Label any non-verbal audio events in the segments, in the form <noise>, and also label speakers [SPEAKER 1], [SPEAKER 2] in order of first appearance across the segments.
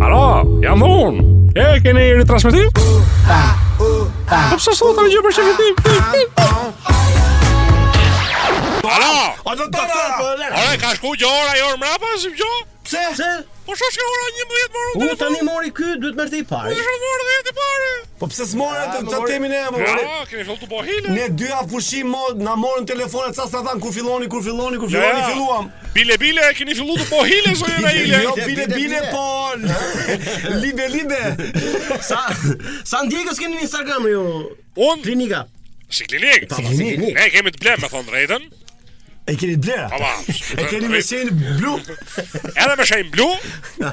[SPEAKER 1] jam unë. E keni ritransmetim? Po pse sot tani gjë për shefin tim? Alo,
[SPEAKER 2] A do të
[SPEAKER 3] po
[SPEAKER 2] të
[SPEAKER 1] ore ka shku gjë ora jo mbrapa si gjë?
[SPEAKER 2] Pse? Pse?
[SPEAKER 1] Po shosh ka ora po 11 morën
[SPEAKER 3] Unë
[SPEAKER 1] telefon.
[SPEAKER 3] tani mori ky, duhet merrte i pari.
[SPEAKER 1] Shosh morën dhe ti parë.
[SPEAKER 2] Po pse s'morën të, të temin e apo?
[SPEAKER 1] Ja, keni fillu të bohile.
[SPEAKER 2] Ne dy afushim mod na morën telefonat sa sa than kur filloni kur filloni kur
[SPEAKER 1] Jo, Ja,
[SPEAKER 2] filloni
[SPEAKER 1] ja.
[SPEAKER 2] filluam.
[SPEAKER 1] Bile bile keni fillu të bohile zonja Naile.
[SPEAKER 2] Jo bile bile po <laughs> libe libe.
[SPEAKER 3] Sa sa ndjekës keni në Instagram ju?
[SPEAKER 1] Unë
[SPEAKER 3] Klinika.
[SPEAKER 1] si klinik.
[SPEAKER 3] klinik.
[SPEAKER 1] Ne kemi të blem me thon drejtën.
[SPEAKER 2] E keni blera.
[SPEAKER 1] Aba.
[SPEAKER 2] E keni me shenjë blu.
[SPEAKER 1] Era me shenjë blu.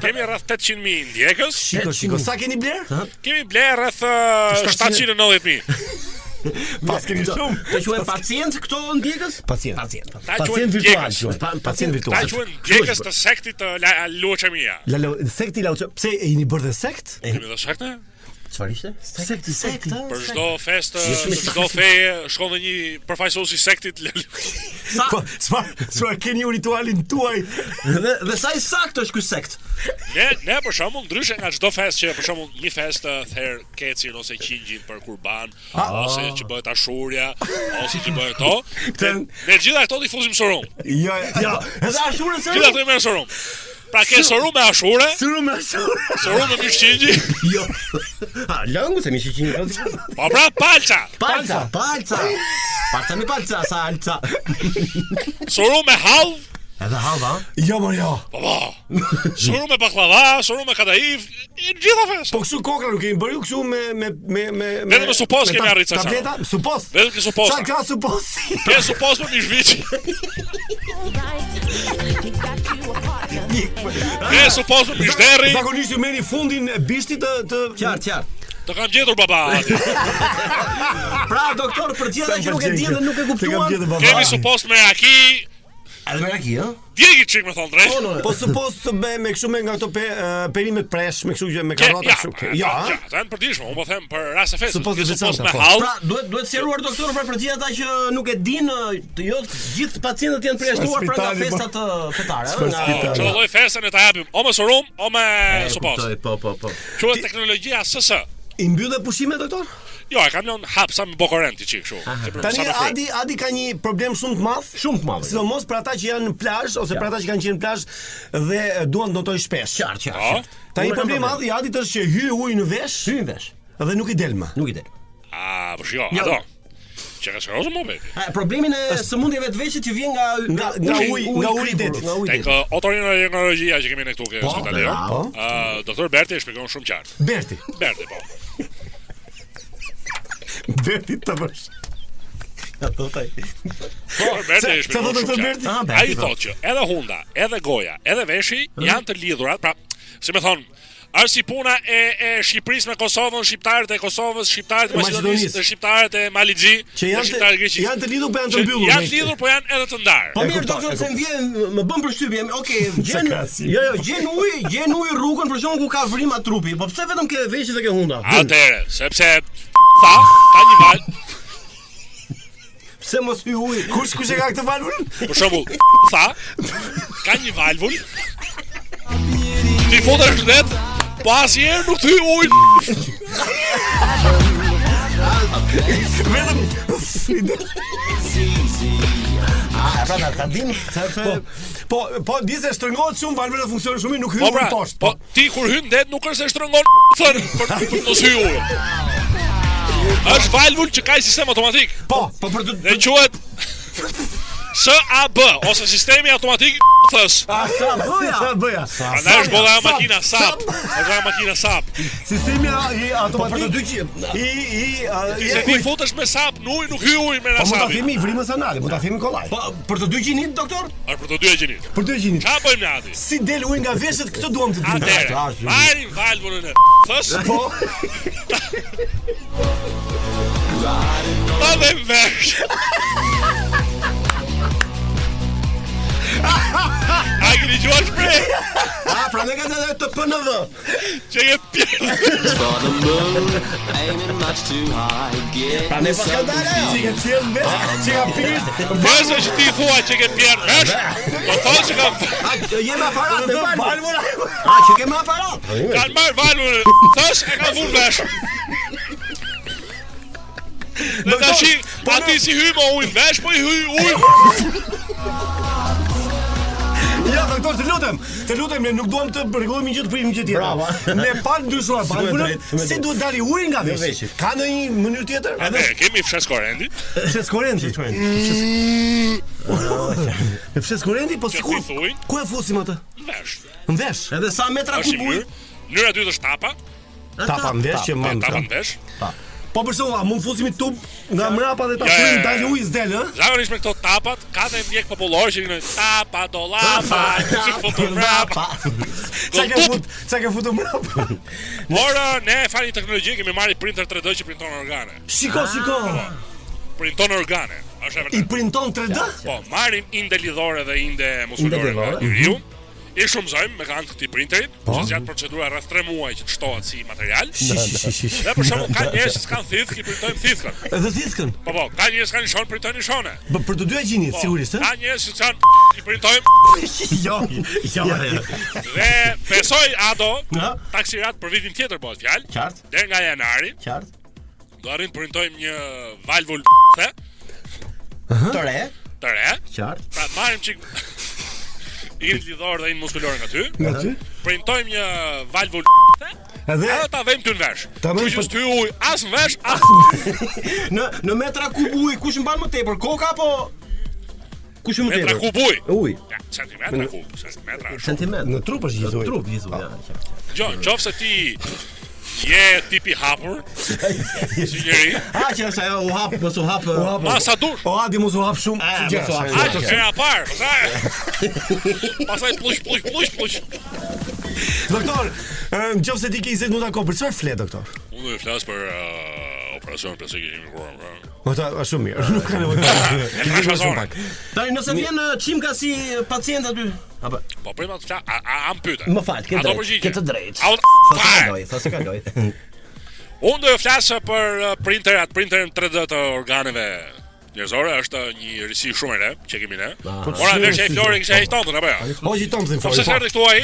[SPEAKER 1] Kemi rreth 800.000 ndjekës.
[SPEAKER 2] Shiko, shiko, sa keni bler?
[SPEAKER 1] Kemi bler rreth uh,
[SPEAKER 2] 700.
[SPEAKER 1] 790.000.
[SPEAKER 2] Pas keni shumë.
[SPEAKER 3] Të quhen pacient këto ndjekës?
[SPEAKER 2] Pacient.
[SPEAKER 3] Pacient.
[SPEAKER 1] Ta
[SPEAKER 2] Pacient
[SPEAKER 1] quhen
[SPEAKER 2] virtual,
[SPEAKER 1] djegës.
[SPEAKER 2] quhen. Pa- pacient
[SPEAKER 1] Ta
[SPEAKER 2] virtual.
[SPEAKER 1] quhen djegës të sektit të la- luqe mia.
[SPEAKER 2] Lalo, sekti Lalo, pse e jeni bërë dhe sekt?
[SPEAKER 1] Kemi dhe sekte?
[SPEAKER 3] Çfarë ishte?
[SPEAKER 2] Sekti, sekti.
[SPEAKER 1] Për çdo festë,
[SPEAKER 3] shumë
[SPEAKER 1] për
[SPEAKER 3] i
[SPEAKER 1] çdo feje shkon dhe një përfaqësues i sektit. la-
[SPEAKER 3] Sa
[SPEAKER 2] Po, çfarë, çfarë keni ju ritualin tuaj?
[SPEAKER 3] dhe, dhe sa i saktë është ky sekt?
[SPEAKER 1] Ne ne për shembull ndryshe nga çdo festë që për shembull një festë ther kecin ose qingjin për kurban,
[SPEAKER 2] Ah.
[SPEAKER 1] ose që bëhet ashurja, ose që bëhet to.
[SPEAKER 2] Këtë-
[SPEAKER 1] Ne gjitha këto i fuzim sorum.
[SPEAKER 2] Jo, jo.
[SPEAKER 3] Edhe ashurën se
[SPEAKER 1] Gjitha këto i merr sorum. Pra ke sorum me ashure,
[SPEAKER 2] Syru me syru.
[SPEAKER 1] sorum me mish qingji,
[SPEAKER 3] Jo. Ha, lëngu se mi shiqin.
[SPEAKER 1] po pra palca.
[SPEAKER 3] Palca, palca. Palca mi palca, sa alca.
[SPEAKER 1] Sorum me hall,
[SPEAKER 3] Edhe hava.
[SPEAKER 2] Jo, mor, jo.
[SPEAKER 1] Po po. Shuru me baklava, shuru me kadaiv, e gjitha fes.
[SPEAKER 2] Po kështu kokra nuk kemi bërë ju kështu me me me me
[SPEAKER 1] Vetëm me supos
[SPEAKER 2] me
[SPEAKER 1] kemi
[SPEAKER 2] ta-
[SPEAKER 1] arrit sa sa.
[SPEAKER 2] Tableta, supos.
[SPEAKER 1] Vetëm ke supos.
[SPEAKER 2] Sa ka supos?
[SPEAKER 1] Ke supos për një shviç, ke supos për një shderri,
[SPEAKER 2] Zakonisht ju merrni fundin e bishtit të të
[SPEAKER 3] Qartë, qartë.
[SPEAKER 1] të kam gjetur baba. atje.
[SPEAKER 3] Pra doktor për gjitha që nuk e di dhe nuk e
[SPEAKER 2] Te kam
[SPEAKER 3] kuptuan.
[SPEAKER 2] gjetur baba.
[SPEAKER 1] Kemi supos me aki,
[SPEAKER 3] Edhe me raki, ëh?
[SPEAKER 1] djegi çik me thon drejt.
[SPEAKER 2] Po supos të me me kështu me nga ato pe, e, perimet presh, me kështu që me
[SPEAKER 1] Ke-
[SPEAKER 2] karrota kështu.
[SPEAKER 1] ja,
[SPEAKER 2] Jo,
[SPEAKER 1] ja,
[SPEAKER 2] a?
[SPEAKER 1] ja, ta janë përditshme, unë po them për rast e fesë.
[SPEAKER 2] Supos
[SPEAKER 1] Supos,
[SPEAKER 2] dhe
[SPEAKER 1] supos
[SPEAKER 2] veçanta,
[SPEAKER 1] me
[SPEAKER 2] po.
[SPEAKER 1] hall,
[SPEAKER 3] Pra, duhet duhet sqaruar doktor pra për gjithë ata që nuk e dinë, të jo të gjithë pacientët janë përjashtuar pra nga
[SPEAKER 2] Spitali, po.
[SPEAKER 3] festat ë, fetare,
[SPEAKER 2] S'ka
[SPEAKER 3] ëh, nga
[SPEAKER 2] spitali.
[SPEAKER 1] çdo lloj feste ne ta japim, o me sorum, o me
[SPEAKER 2] Pra,
[SPEAKER 3] E,
[SPEAKER 1] supos.
[SPEAKER 3] kuptoj, Po, po, po.
[SPEAKER 1] Quhet teknologjia SS.
[SPEAKER 2] I mbyll dhe pushime doktor?
[SPEAKER 1] Jo, e kam lënë hap sa me bokorenti çik kështu. Se për-
[SPEAKER 2] Tani
[SPEAKER 1] sa me fryt.
[SPEAKER 2] Adi Adi ka një problem shumë të madh. jo.
[SPEAKER 3] Shumë të madhe.
[SPEAKER 2] Sidomos për ata që janë në plazh ose për ata që kanë qenë në plazh dhe e, duan të ndotoj shpesh.
[SPEAKER 3] Qartë, qartë.
[SPEAKER 1] Po.
[SPEAKER 3] qartë.
[SPEAKER 2] Tani
[SPEAKER 3] Unë e kam
[SPEAKER 2] problemi i madh i Adit është që hy ujë në vesh
[SPEAKER 3] Hyn vesh.
[SPEAKER 2] dhe nuk i del më.
[SPEAKER 3] Nuk i del.
[SPEAKER 1] A, po jo,
[SPEAKER 3] Jo.
[SPEAKER 1] ato. Çka ka shkërozë më bëti?
[SPEAKER 3] A, problemin e sëmundjeve të veshit që vjen nga
[SPEAKER 2] Nga nga uji, nga uji i
[SPEAKER 3] kripur,
[SPEAKER 2] detit.
[SPEAKER 3] Nga uji i
[SPEAKER 1] Tek
[SPEAKER 3] detit.
[SPEAKER 1] uh, otorinolaringologjia që kemi ne këtu ke spitali.
[SPEAKER 3] Po. bravo.
[SPEAKER 1] Ë, doktor Berti e shpjegon shumë qartë.
[SPEAKER 2] Berti.
[SPEAKER 1] Berti po.
[SPEAKER 2] <laughs> Berti të bësh.
[SPEAKER 3] po,
[SPEAKER 1] Doktor Berti e
[SPEAKER 2] Sa do
[SPEAKER 1] shpjegon shumë
[SPEAKER 2] të thotë
[SPEAKER 1] qartë.
[SPEAKER 2] Berti? Mm.
[SPEAKER 3] Ah,
[SPEAKER 1] Ai
[SPEAKER 3] Berti. po.
[SPEAKER 1] thotë që edhe hunda, edhe goja, edhe veshi janë të lidhura, pra, si më thon, është si puna e, e Shqipërisë me Kosovën, shqiptarët e Kosovës, shqiptarët e Maqedonisë,
[SPEAKER 2] Maqedonisë.
[SPEAKER 1] dhe shqiptarët e Maligji,
[SPEAKER 2] Që
[SPEAKER 1] dhe
[SPEAKER 2] janë
[SPEAKER 1] shqiptarët e
[SPEAKER 2] të,
[SPEAKER 1] Greqisë.
[SPEAKER 2] janë të lidhur për janë të
[SPEAKER 1] Që
[SPEAKER 2] mbyllur.
[SPEAKER 1] Janë
[SPEAKER 2] me-
[SPEAKER 1] të lidhur, po janë edhe të ndarë.
[SPEAKER 3] Po
[SPEAKER 2] E
[SPEAKER 3] mirë
[SPEAKER 2] kuptoj,
[SPEAKER 3] doktor
[SPEAKER 2] e
[SPEAKER 3] se më vjen më bën përshtypje. Okej,
[SPEAKER 2] Sa
[SPEAKER 3] gjen.
[SPEAKER 2] krasi.
[SPEAKER 3] Jo, jo, gjen uji, gjen uji rrugën për shkakun ku ka vrimë atë trupi. Po pse vetëm ke veshit dhe ke hunda? Gjen.
[SPEAKER 1] Atëre,
[SPEAKER 2] po.
[SPEAKER 1] sepse <laughs> tha, ka një valë,
[SPEAKER 3] Pse mos hy uji?
[SPEAKER 2] Kush kush e ka këtë valvulën?
[SPEAKER 1] <laughs> Për shembull, tha, ka një valvul. Ti futesh në det, po asnjëherë nuk thy ujë.
[SPEAKER 2] Vetëm <laughs> i del.
[SPEAKER 3] A pra ta- ta dim? Sa
[SPEAKER 2] Po,
[SPEAKER 3] po.
[SPEAKER 2] po, po di se shtrëngohet shumë valvula funksionon shumë mirë, nuk hyn
[SPEAKER 1] Po
[SPEAKER 2] po,
[SPEAKER 1] pra,
[SPEAKER 2] poshtë.
[SPEAKER 1] po ti kur hyn në det nuk është se shtrëngon <laughs> thën për për mos hyj ujë. Është valvul që ka një sistem automatik.
[SPEAKER 2] po,
[SPEAKER 3] Po për të
[SPEAKER 1] Dhe quhet SAB ose sistemi automatik <laughs> thës.
[SPEAKER 3] A sa bëja?
[SPEAKER 2] Sa bëja?
[SPEAKER 1] Andaj është bolla e
[SPEAKER 2] Sap,
[SPEAKER 1] makina
[SPEAKER 2] sap.
[SPEAKER 1] SAP. Është e makina SAP.
[SPEAKER 2] Sistemi i
[SPEAKER 3] Për të
[SPEAKER 2] automatik
[SPEAKER 3] dy qi.
[SPEAKER 2] i i a, i
[SPEAKER 1] Se ti futesh me SAP në ujë nuk hyj ujë me
[SPEAKER 2] Po mund ta
[SPEAKER 1] rasapin.
[SPEAKER 2] themi i vrimës anale, mund ta themi kollaj.
[SPEAKER 3] Po për të dy gjinit doktor?
[SPEAKER 1] Është për të dy e gjinit.
[SPEAKER 2] Për të gjinit.
[SPEAKER 1] Çfarë bëjmë ne aty?
[SPEAKER 2] Si del uji nga veshët, këtë duam të dimë.
[SPEAKER 1] Atëre,
[SPEAKER 3] Ashtu, ashtu.
[SPEAKER 1] marrim valvulën e thës,
[SPEAKER 2] Po,
[SPEAKER 1] ta dhe vesh. A i këni gjuar shprej?
[SPEAKER 3] A pra ne kanë të pën në vë.
[SPEAKER 1] Që je pjesë.
[SPEAKER 4] for the moon, aiming much too high. Get
[SPEAKER 3] Pra ne pas ka dalë ajo.
[SPEAKER 2] Ti ke thënë vetë, ti ka pis.
[SPEAKER 1] Vajza që ti i thua që ke pjerë vesh Po thonë që kam
[SPEAKER 3] A jemi aparat me palmë.
[SPEAKER 2] Palmura.
[SPEAKER 3] A që kemi aparat.
[SPEAKER 1] Kanë marrë valur Thash e kanë vunë vesh Dhe të shi Ati si hy më ujnë vesh Po i hy ujnë
[SPEAKER 2] Ja, doktor, të lutem. Të lutem, ne nuk duam të rregullojmë një gjë të prim një gjë tjetër.
[SPEAKER 3] Bravo.
[SPEAKER 2] Ne pa ndryshuar palmurën,
[SPEAKER 3] drejt, me
[SPEAKER 2] si
[SPEAKER 3] drejt.
[SPEAKER 2] duhet dali uri nga veshi?
[SPEAKER 3] veshit.
[SPEAKER 2] Ka ndonjë mënyrë tjetër?
[SPEAKER 1] E, kemi fshes korendi
[SPEAKER 2] Fshes kurenti. Fshes kurenti, po
[SPEAKER 1] Që
[SPEAKER 2] sikur.
[SPEAKER 1] ti thuj?
[SPEAKER 2] Ku e fusim atë?
[SPEAKER 1] Vesh
[SPEAKER 2] Në vesh.
[SPEAKER 3] Edhe sa metra
[SPEAKER 1] Ashtë i
[SPEAKER 3] kubuj.
[SPEAKER 1] mërë Njëra dytë është tapa
[SPEAKER 2] Tapa në vesh që më.
[SPEAKER 1] Tapa në vesh
[SPEAKER 2] Po përse ua, mund fusim i tub nga mrapa dhe ta
[SPEAKER 1] Ja, ja,
[SPEAKER 2] furim
[SPEAKER 1] ja.
[SPEAKER 2] dali ujë s'del, ë?
[SPEAKER 1] Zakonisht me këto tapat Ka dhe mjek popullor që kënë Tapa, do lapa Që foto Po mrapa
[SPEAKER 2] Çka ke
[SPEAKER 1] Tup.
[SPEAKER 2] fut? Çka ke futur mrapa?
[SPEAKER 1] Por e, ne fali teknologji kemi marrë printer 3D që printon organe.
[SPEAKER 2] Shiko, shiko.
[SPEAKER 1] Ah. Printon organe. Është e
[SPEAKER 2] I
[SPEAKER 1] vërtetë.
[SPEAKER 2] printon 3D?
[SPEAKER 1] Po, marrim inde lidhore dhe inde
[SPEAKER 3] Inde
[SPEAKER 1] muskulore nga
[SPEAKER 3] lidhore,
[SPEAKER 1] njeriu. I shumëzojmë me kanë këtij printerit, që zgjat procedura rreth 3 muaj që të shtohet si material. Dhe për shembull ka njerëz që s'kan thithë, i printojmë thithën.
[SPEAKER 2] Edhe thiskën.
[SPEAKER 1] Po po, ka njerëz që kanë shon, printojnë shone.
[SPEAKER 2] Po për të dyja gjinit,
[SPEAKER 1] Po,
[SPEAKER 2] sigurisht, eh? ë?
[SPEAKER 1] Ka njerëz <laughs> që kanë i printojmë
[SPEAKER 2] <laughs> Jo, jo, jo.
[SPEAKER 1] dhe besoj ato
[SPEAKER 3] Nga?
[SPEAKER 1] taksirat për vitin tjetër bëhet fjalë.
[SPEAKER 3] Qartë,
[SPEAKER 1] Deri nga janari
[SPEAKER 3] qartë.
[SPEAKER 1] do arrim printojmë një valvul the
[SPEAKER 3] Të re,
[SPEAKER 1] të re.
[SPEAKER 3] qartë.
[SPEAKER 1] Pra marrim çik <laughs> Irin lidhor dhe irin muskulor nga ty
[SPEAKER 2] Nga ty?
[SPEAKER 1] Printojmë një valvu
[SPEAKER 2] Edhe
[SPEAKER 1] Edhe ta vejmë ty në vesh
[SPEAKER 2] Ta vejmë
[SPEAKER 1] Kështu që
[SPEAKER 2] për-
[SPEAKER 1] s'ty uj As në vesh, as në
[SPEAKER 3] Në në metra kubuj kush mban më tepër, koka apo kush më
[SPEAKER 1] metra
[SPEAKER 3] tepër?
[SPEAKER 1] kub uj
[SPEAKER 3] Uj,
[SPEAKER 1] Ja, centimetra kub Centimetra shumë
[SPEAKER 3] sentimet.
[SPEAKER 2] në trup është gjithë uji.
[SPEAKER 3] Trup gjithu. ja, qartë.
[SPEAKER 1] Gjo, qofë se ti Je tipi hapur Si njeri
[SPEAKER 3] A që është ajo u hap, mos u hap.
[SPEAKER 2] U hap.
[SPEAKER 1] Ma sa dur
[SPEAKER 2] O Adi mos u hap shumë.
[SPEAKER 3] E,
[SPEAKER 2] Gjë,
[SPEAKER 3] mos u hap
[SPEAKER 2] gjë.
[SPEAKER 1] A, të kërë apar Pasaj Pasaj <laughs> plush, plush, plush, plush
[SPEAKER 2] Doktor, në qoftë se ti ke 20 minuta kohë, për çfarë flet doktor?
[SPEAKER 1] Unë do e flasë për uh, operacion plastik i pra. kimi kuram
[SPEAKER 2] Po ta është shumë mirë. Nuk ka nevojë. Ti ke
[SPEAKER 1] Tash
[SPEAKER 2] bërë shumë
[SPEAKER 1] zone.
[SPEAKER 2] pak.
[SPEAKER 3] Tani nëse vjen ë, çimka si pacient aty. Apo
[SPEAKER 1] Po prima të flasë A, a, a më pyte
[SPEAKER 3] Më fal, ke
[SPEAKER 1] Ato
[SPEAKER 3] drejt.
[SPEAKER 1] përgjigje.
[SPEAKER 3] Ke të drejtë.
[SPEAKER 1] A,
[SPEAKER 3] Sa
[SPEAKER 1] fare.
[SPEAKER 3] kaloj, sa se kaloj.
[SPEAKER 1] Unë do të flasë për uh, printerat, printerin 3D të organeve njerëzore, është uh, një risi shumë e re që kemi ne.
[SPEAKER 3] Ah.
[SPEAKER 1] Ora
[SPEAKER 2] shumë
[SPEAKER 1] vesh ai
[SPEAKER 2] risi,
[SPEAKER 1] Flori
[SPEAKER 2] po.
[SPEAKER 1] kishte ai tonë apo jo?
[SPEAKER 2] O gjitom thim
[SPEAKER 1] Po pse
[SPEAKER 2] fort.
[SPEAKER 1] s'erdhi këtu ai?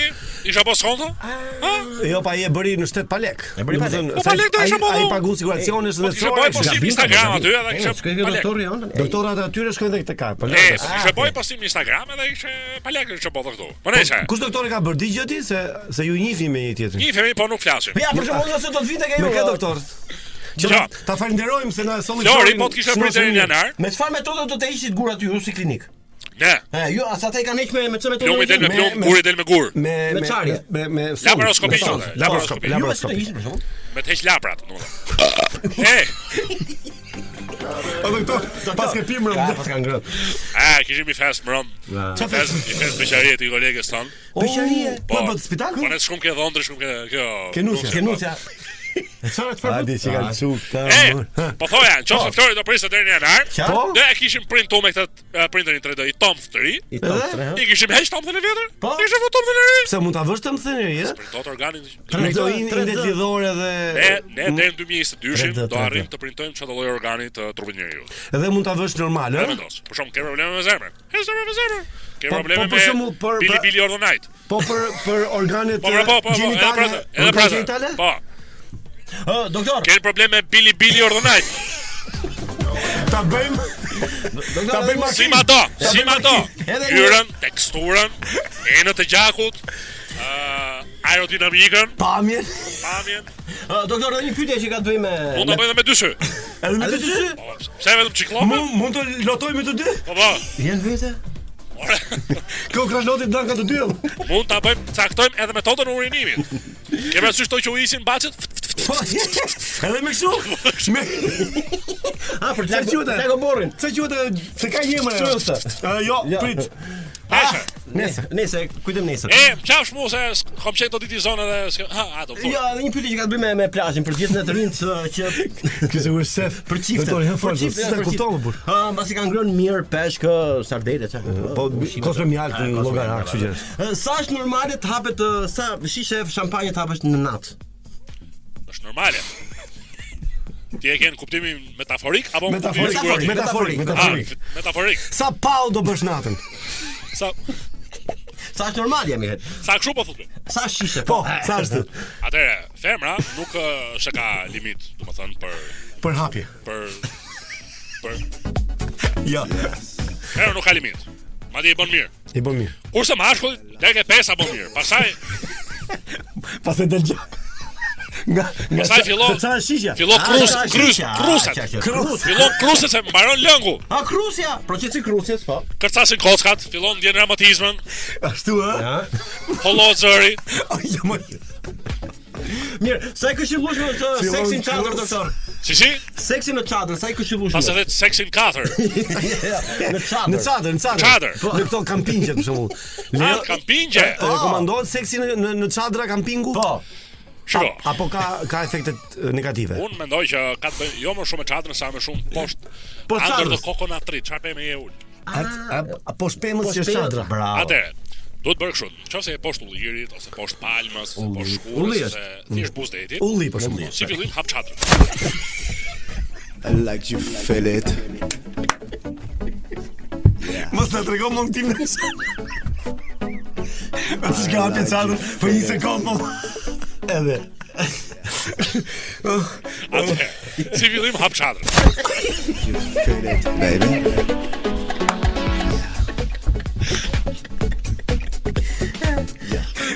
[SPEAKER 1] Isha pas konto?
[SPEAKER 3] Ah.
[SPEAKER 1] Ha?
[SPEAKER 2] Jo, pa i e bëri në shtet pa lek. E
[SPEAKER 3] bëri pa lek.
[SPEAKER 1] Po, pa lek do isha po,
[SPEAKER 2] Ai
[SPEAKER 1] po.
[SPEAKER 2] pagu siguracionesh
[SPEAKER 1] Po
[SPEAKER 2] dhe
[SPEAKER 1] kisha bëj
[SPEAKER 2] çfarë?
[SPEAKER 1] postim në Instagram aty edhe kisha
[SPEAKER 3] Shkoj ke
[SPEAKER 1] palek.
[SPEAKER 3] doktori on.
[SPEAKER 2] Doktorat atyre shkojnë tek ka. Po
[SPEAKER 1] E,
[SPEAKER 3] Ah,
[SPEAKER 2] lek.
[SPEAKER 1] po kisha bëj postim në Instagram edhe kisha palek që bëj këtu. Po nejse.
[SPEAKER 2] Kush doktori ka bërë digjë ti se se ju njihni me një tjetrin?
[SPEAKER 1] Një femi po nuk flasim.
[SPEAKER 3] Ja, për shembull nëse do të vinte ke ju.
[SPEAKER 2] Me kë
[SPEAKER 3] ë,
[SPEAKER 2] doktor? Që
[SPEAKER 1] Ja.
[SPEAKER 2] ta falenderojmë se na solli
[SPEAKER 1] Flori
[SPEAKER 2] Florin,
[SPEAKER 1] po të kisha
[SPEAKER 2] shnosim
[SPEAKER 1] printerin
[SPEAKER 2] mirë.
[SPEAKER 1] janar.
[SPEAKER 3] Me çfarë metode do të hiqit gura ty ju si klinik?
[SPEAKER 1] Ne.
[SPEAKER 3] E, ju as ata i kanë hiq me me çfarë metode?
[SPEAKER 1] Plumi del me
[SPEAKER 3] hiqin?
[SPEAKER 1] plum, guri del me gur.
[SPEAKER 2] me
[SPEAKER 3] Me çarje.
[SPEAKER 2] me me sond,
[SPEAKER 1] Laparoskopi
[SPEAKER 2] me sond,
[SPEAKER 1] thonë,
[SPEAKER 2] laparoskopi
[SPEAKER 1] laparoskopi.
[SPEAKER 3] Ju as të
[SPEAKER 2] laparoskopi
[SPEAKER 3] hiqin për shembull.
[SPEAKER 1] Me të heq laprat, domethënë.
[SPEAKER 2] <laughs>
[SPEAKER 1] E,
[SPEAKER 2] o doktor pas ke pimën
[SPEAKER 3] Ja, pas kanë ngrënë.
[SPEAKER 1] a kishim i fest më rëm.
[SPEAKER 2] Çfarë
[SPEAKER 1] Fest, i fest beqarie të kolegës tonë.
[SPEAKER 2] Peshërie. Po po të spital?
[SPEAKER 1] Po ne shkum ke dhëndër, shkum ke kjo.
[SPEAKER 2] Ke nusja.
[SPEAKER 1] nusja,
[SPEAKER 3] Ke nusja. Çfarë çfarë?
[SPEAKER 2] Hadi që kanë çup ta.
[SPEAKER 1] E, po thoja, në qofë se Flori do priste deri në janar,
[SPEAKER 3] Qartë?
[SPEAKER 2] Po?
[SPEAKER 1] do e kishim printu me këtë e, printerin 3D, i tomth të ri,
[SPEAKER 3] I toftë, ha?
[SPEAKER 1] i kishim heq tomthën e vjetër,
[SPEAKER 3] Po.
[SPEAKER 1] i kishim vë tomthën e ri.
[SPEAKER 2] Pse mund ta vësh të më thënë ri?
[SPEAKER 1] Printot organin,
[SPEAKER 2] Me këto
[SPEAKER 3] 3D,
[SPEAKER 2] indet lidhore dhe
[SPEAKER 1] ne, ne deri në 2022
[SPEAKER 2] 3D,
[SPEAKER 1] do arrim të printojmë çdo lloj organi të trupit njeriu.
[SPEAKER 2] dhe mund ta vësh normal,
[SPEAKER 1] Ne
[SPEAKER 2] ë?
[SPEAKER 1] vendos. Për shkak ke probleme me zemrën. Ke probleme me zemrën. Ke
[SPEAKER 2] Po-
[SPEAKER 1] probleme
[SPEAKER 2] po për
[SPEAKER 1] me
[SPEAKER 2] shembull, për-
[SPEAKER 1] Bili
[SPEAKER 2] për-
[SPEAKER 1] Bili Ordonite.
[SPEAKER 2] Po për për organet
[SPEAKER 1] Po pra, po, po, po, edhe pra,
[SPEAKER 2] gjinitale.
[SPEAKER 1] edhe pra.
[SPEAKER 2] organet Gjinitale?
[SPEAKER 1] Po.
[SPEAKER 3] Ë, doktor.
[SPEAKER 1] Ke probleme me Bili Bili Ordonite.
[SPEAKER 2] Ta bëjmë ta bëjmë
[SPEAKER 1] Si
[SPEAKER 2] makinë.
[SPEAKER 1] ma do, si ma do.
[SPEAKER 3] Edhe një-
[SPEAKER 1] Hyrën, teksturën, enët e gjakut, uh, aerodinamikën,
[SPEAKER 2] pamjen.
[SPEAKER 1] pamjen.
[SPEAKER 3] Ë, doktor, edhe një pyetje që ka të bëjë me
[SPEAKER 1] Unë do bëj edhe me dy sy.
[SPEAKER 2] Edhe me të dy. sy?
[SPEAKER 1] Po, Pse vetëm çikllopë?
[SPEAKER 2] Mund mund të lotojmë të dy?
[SPEAKER 1] Po po.
[SPEAKER 3] Jen vete?
[SPEAKER 1] Ore,
[SPEAKER 2] Kjo kralotit blanka të dy. jo?
[SPEAKER 1] mund ta bëjmë, caktojmë edhe me totën e urinimit. Ke parasysh to që u isin bacet?
[SPEAKER 2] Po. Edhe me kështu. Me
[SPEAKER 3] A, Ah, për çfarë
[SPEAKER 2] quhet?
[SPEAKER 3] quhet? Lego borrin.
[SPEAKER 2] Sa quhet e- se ka një emër.
[SPEAKER 3] Çfarë është?
[SPEAKER 2] Ë, Jo, prit.
[SPEAKER 1] Ajse.
[SPEAKER 2] Nesër.
[SPEAKER 3] Nëse kujtëm nesër.
[SPEAKER 1] E, qafsh mu se s- kom qenë do ditë i zonë edhe s'ke- ha, ha, do thua.
[SPEAKER 3] Jo, edhe një pyetje që ka të bëjë me me plazhin për gjithë në të rinë që- që
[SPEAKER 2] Ky sigurisht sef.
[SPEAKER 3] për çifte.
[SPEAKER 2] Vetëm hën fort. Sa kupton po, më burr?
[SPEAKER 3] Ha, mbasi kanë ngrënë mirë peshkë, sardele çka.
[SPEAKER 2] Po kosme
[SPEAKER 3] Ah,
[SPEAKER 2] mjalt në llogarak, kështu gjë.
[SPEAKER 3] Sa është normale të hapet ë, sa shishe shampanje të hapësh në natë?
[SPEAKER 1] Është normale. Ti e ke në kuptimin metaforik apo në kuptimin
[SPEAKER 2] Metaforik,
[SPEAKER 1] figurativ?
[SPEAKER 2] metaforik,
[SPEAKER 1] Ah,
[SPEAKER 2] metaforik.
[SPEAKER 1] metaforik.
[SPEAKER 2] Sa pau do bësh natën?
[SPEAKER 1] Sa
[SPEAKER 3] Sa është normale jam i het?
[SPEAKER 1] sa kështu po thotë.
[SPEAKER 3] Sa është shishe? Ah,
[SPEAKER 2] Po, sa është?
[SPEAKER 1] Atëre, femra nuk ë, është e ka limit, domethënë për
[SPEAKER 2] Për hapje.
[SPEAKER 1] për për
[SPEAKER 2] Jo.
[SPEAKER 1] femra nuk ka limit. Madje i bën mirë.
[SPEAKER 2] I bën mirë.
[SPEAKER 1] Kurse mashkullit tek e pesa bën mirë. Pastaj
[SPEAKER 2] Pastaj del gjë. Nga nga
[SPEAKER 1] Pastaj fillon-
[SPEAKER 2] Sa është shisha?
[SPEAKER 1] fillon
[SPEAKER 3] Ah,
[SPEAKER 1] krus,
[SPEAKER 3] sa është
[SPEAKER 1] krus,
[SPEAKER 3] shisha? Ah,
[SPEAKER 1] kruset.
[SPEAKER 3] qa, qa,
[SPEAKER 2] Krus.
[SPEAKER 1] Fillon kruset se mbaron lëngu.
[SPEAKER 3] A Ah, krusja, procesi krusjes, po.
[SPEAKER 1] Kërcasin kockat, fillon ndjen dramatizmën,
[SPEAKER 2] Ashtu ë?
[SPEAKER 3] Ha?
[SPEAKER 1] hollohet zëri.
[SPEAKER 2] O, Jo më.
[SPEAKER 3] Mirë, sa e këshillush me të
[SPEAKER 2] Fillon
[SPEAKER 3] seksin në çadër
[SPEAKER 2] krus.
[SPEAKER 3] doktor?
[SPEAKER 1] Si si?
[SPEAKER 3] Seksi në çadër, sa e këshillush
[SPEAKER 1] Pas
[SPEAKER 3] me?
[SPEAKER 1] edhe seksin 4.
[SPEAKER 3] Në
[SPEAKER 2] Në
[SPEAKER 3] çadër.
[SPEAKER 2] çadër, në çadër.
[SPEAKER 1] Çadër.
[SPEAKER 2] Në këto kampingje për shembull.
[SPEAKER 1] Ah,
[SPEAKER 2] Leo-
[SPEAKER 1] kampingje.
[SPEAKER 2] Të rekomandohet seksi në në, në çadra kampingu?
[SPEAKER 3] Po.
[SPEAKER 1] Shiko.
[SPEAKER 2] A- Apo ka ka efekte eh, negative?
[SPEAKER 1] Unë mendoj që ka të bëjë jo më shumë me çadrën sa më shumë poshtë.
[SPEAKER 2] Po
[SPEAKER 1] Under the
[SPEAKER 2] çadrës.
[SPEAKER 1] coconut tree, çfarë pemë e ul.
[SPEAKER 2] A- a- a- Po shpemës që është çadra.
[SPEAKER 3] Bravo.
[SPEAKER 1] Atëre, duhet bërë kështu. Nëse e poshtë ullirit ose poshtë palmës, ose poshtë
[SPEAKER 3] Ulli
[SPEAKER 1] shkurës,
[SPEAKER 3] është.
[SPEAKER 1] ose thjesht buzdeti,
[SPEAKER 2] Ulli për shembull.
[SPEAKER 1] si fillim hap çadrën.
[SPEAKER 5] like you feel it.
[SPEAKER 2] Mos na tregon mund tim. Atë që hapje çadër për një sekond po. Edhe.
[SPEAKER 1] Atëre, si fillim hap çadrën.
[SPEAKER 3] <laughs>
[SPEAKER 5] Feel it, baby.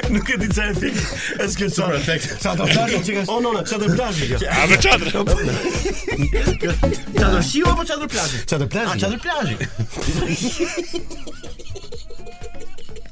[SPEAKER 2] Nuk e di çfarë efekt. Është kjo çfarë efekt. Sa do plazhi që ka. Oh no, sa do plazhi kjo.
[SPEAKER 1] A me çadrën.
[SPEAKER 3] Çadër shiu apo çadër plazhi?
[SPEAKER 2] Çadër
[SPEAKER 3] A
[SPEAKER 2] plazhi.
[SPEAKER 3] çadër plazhi.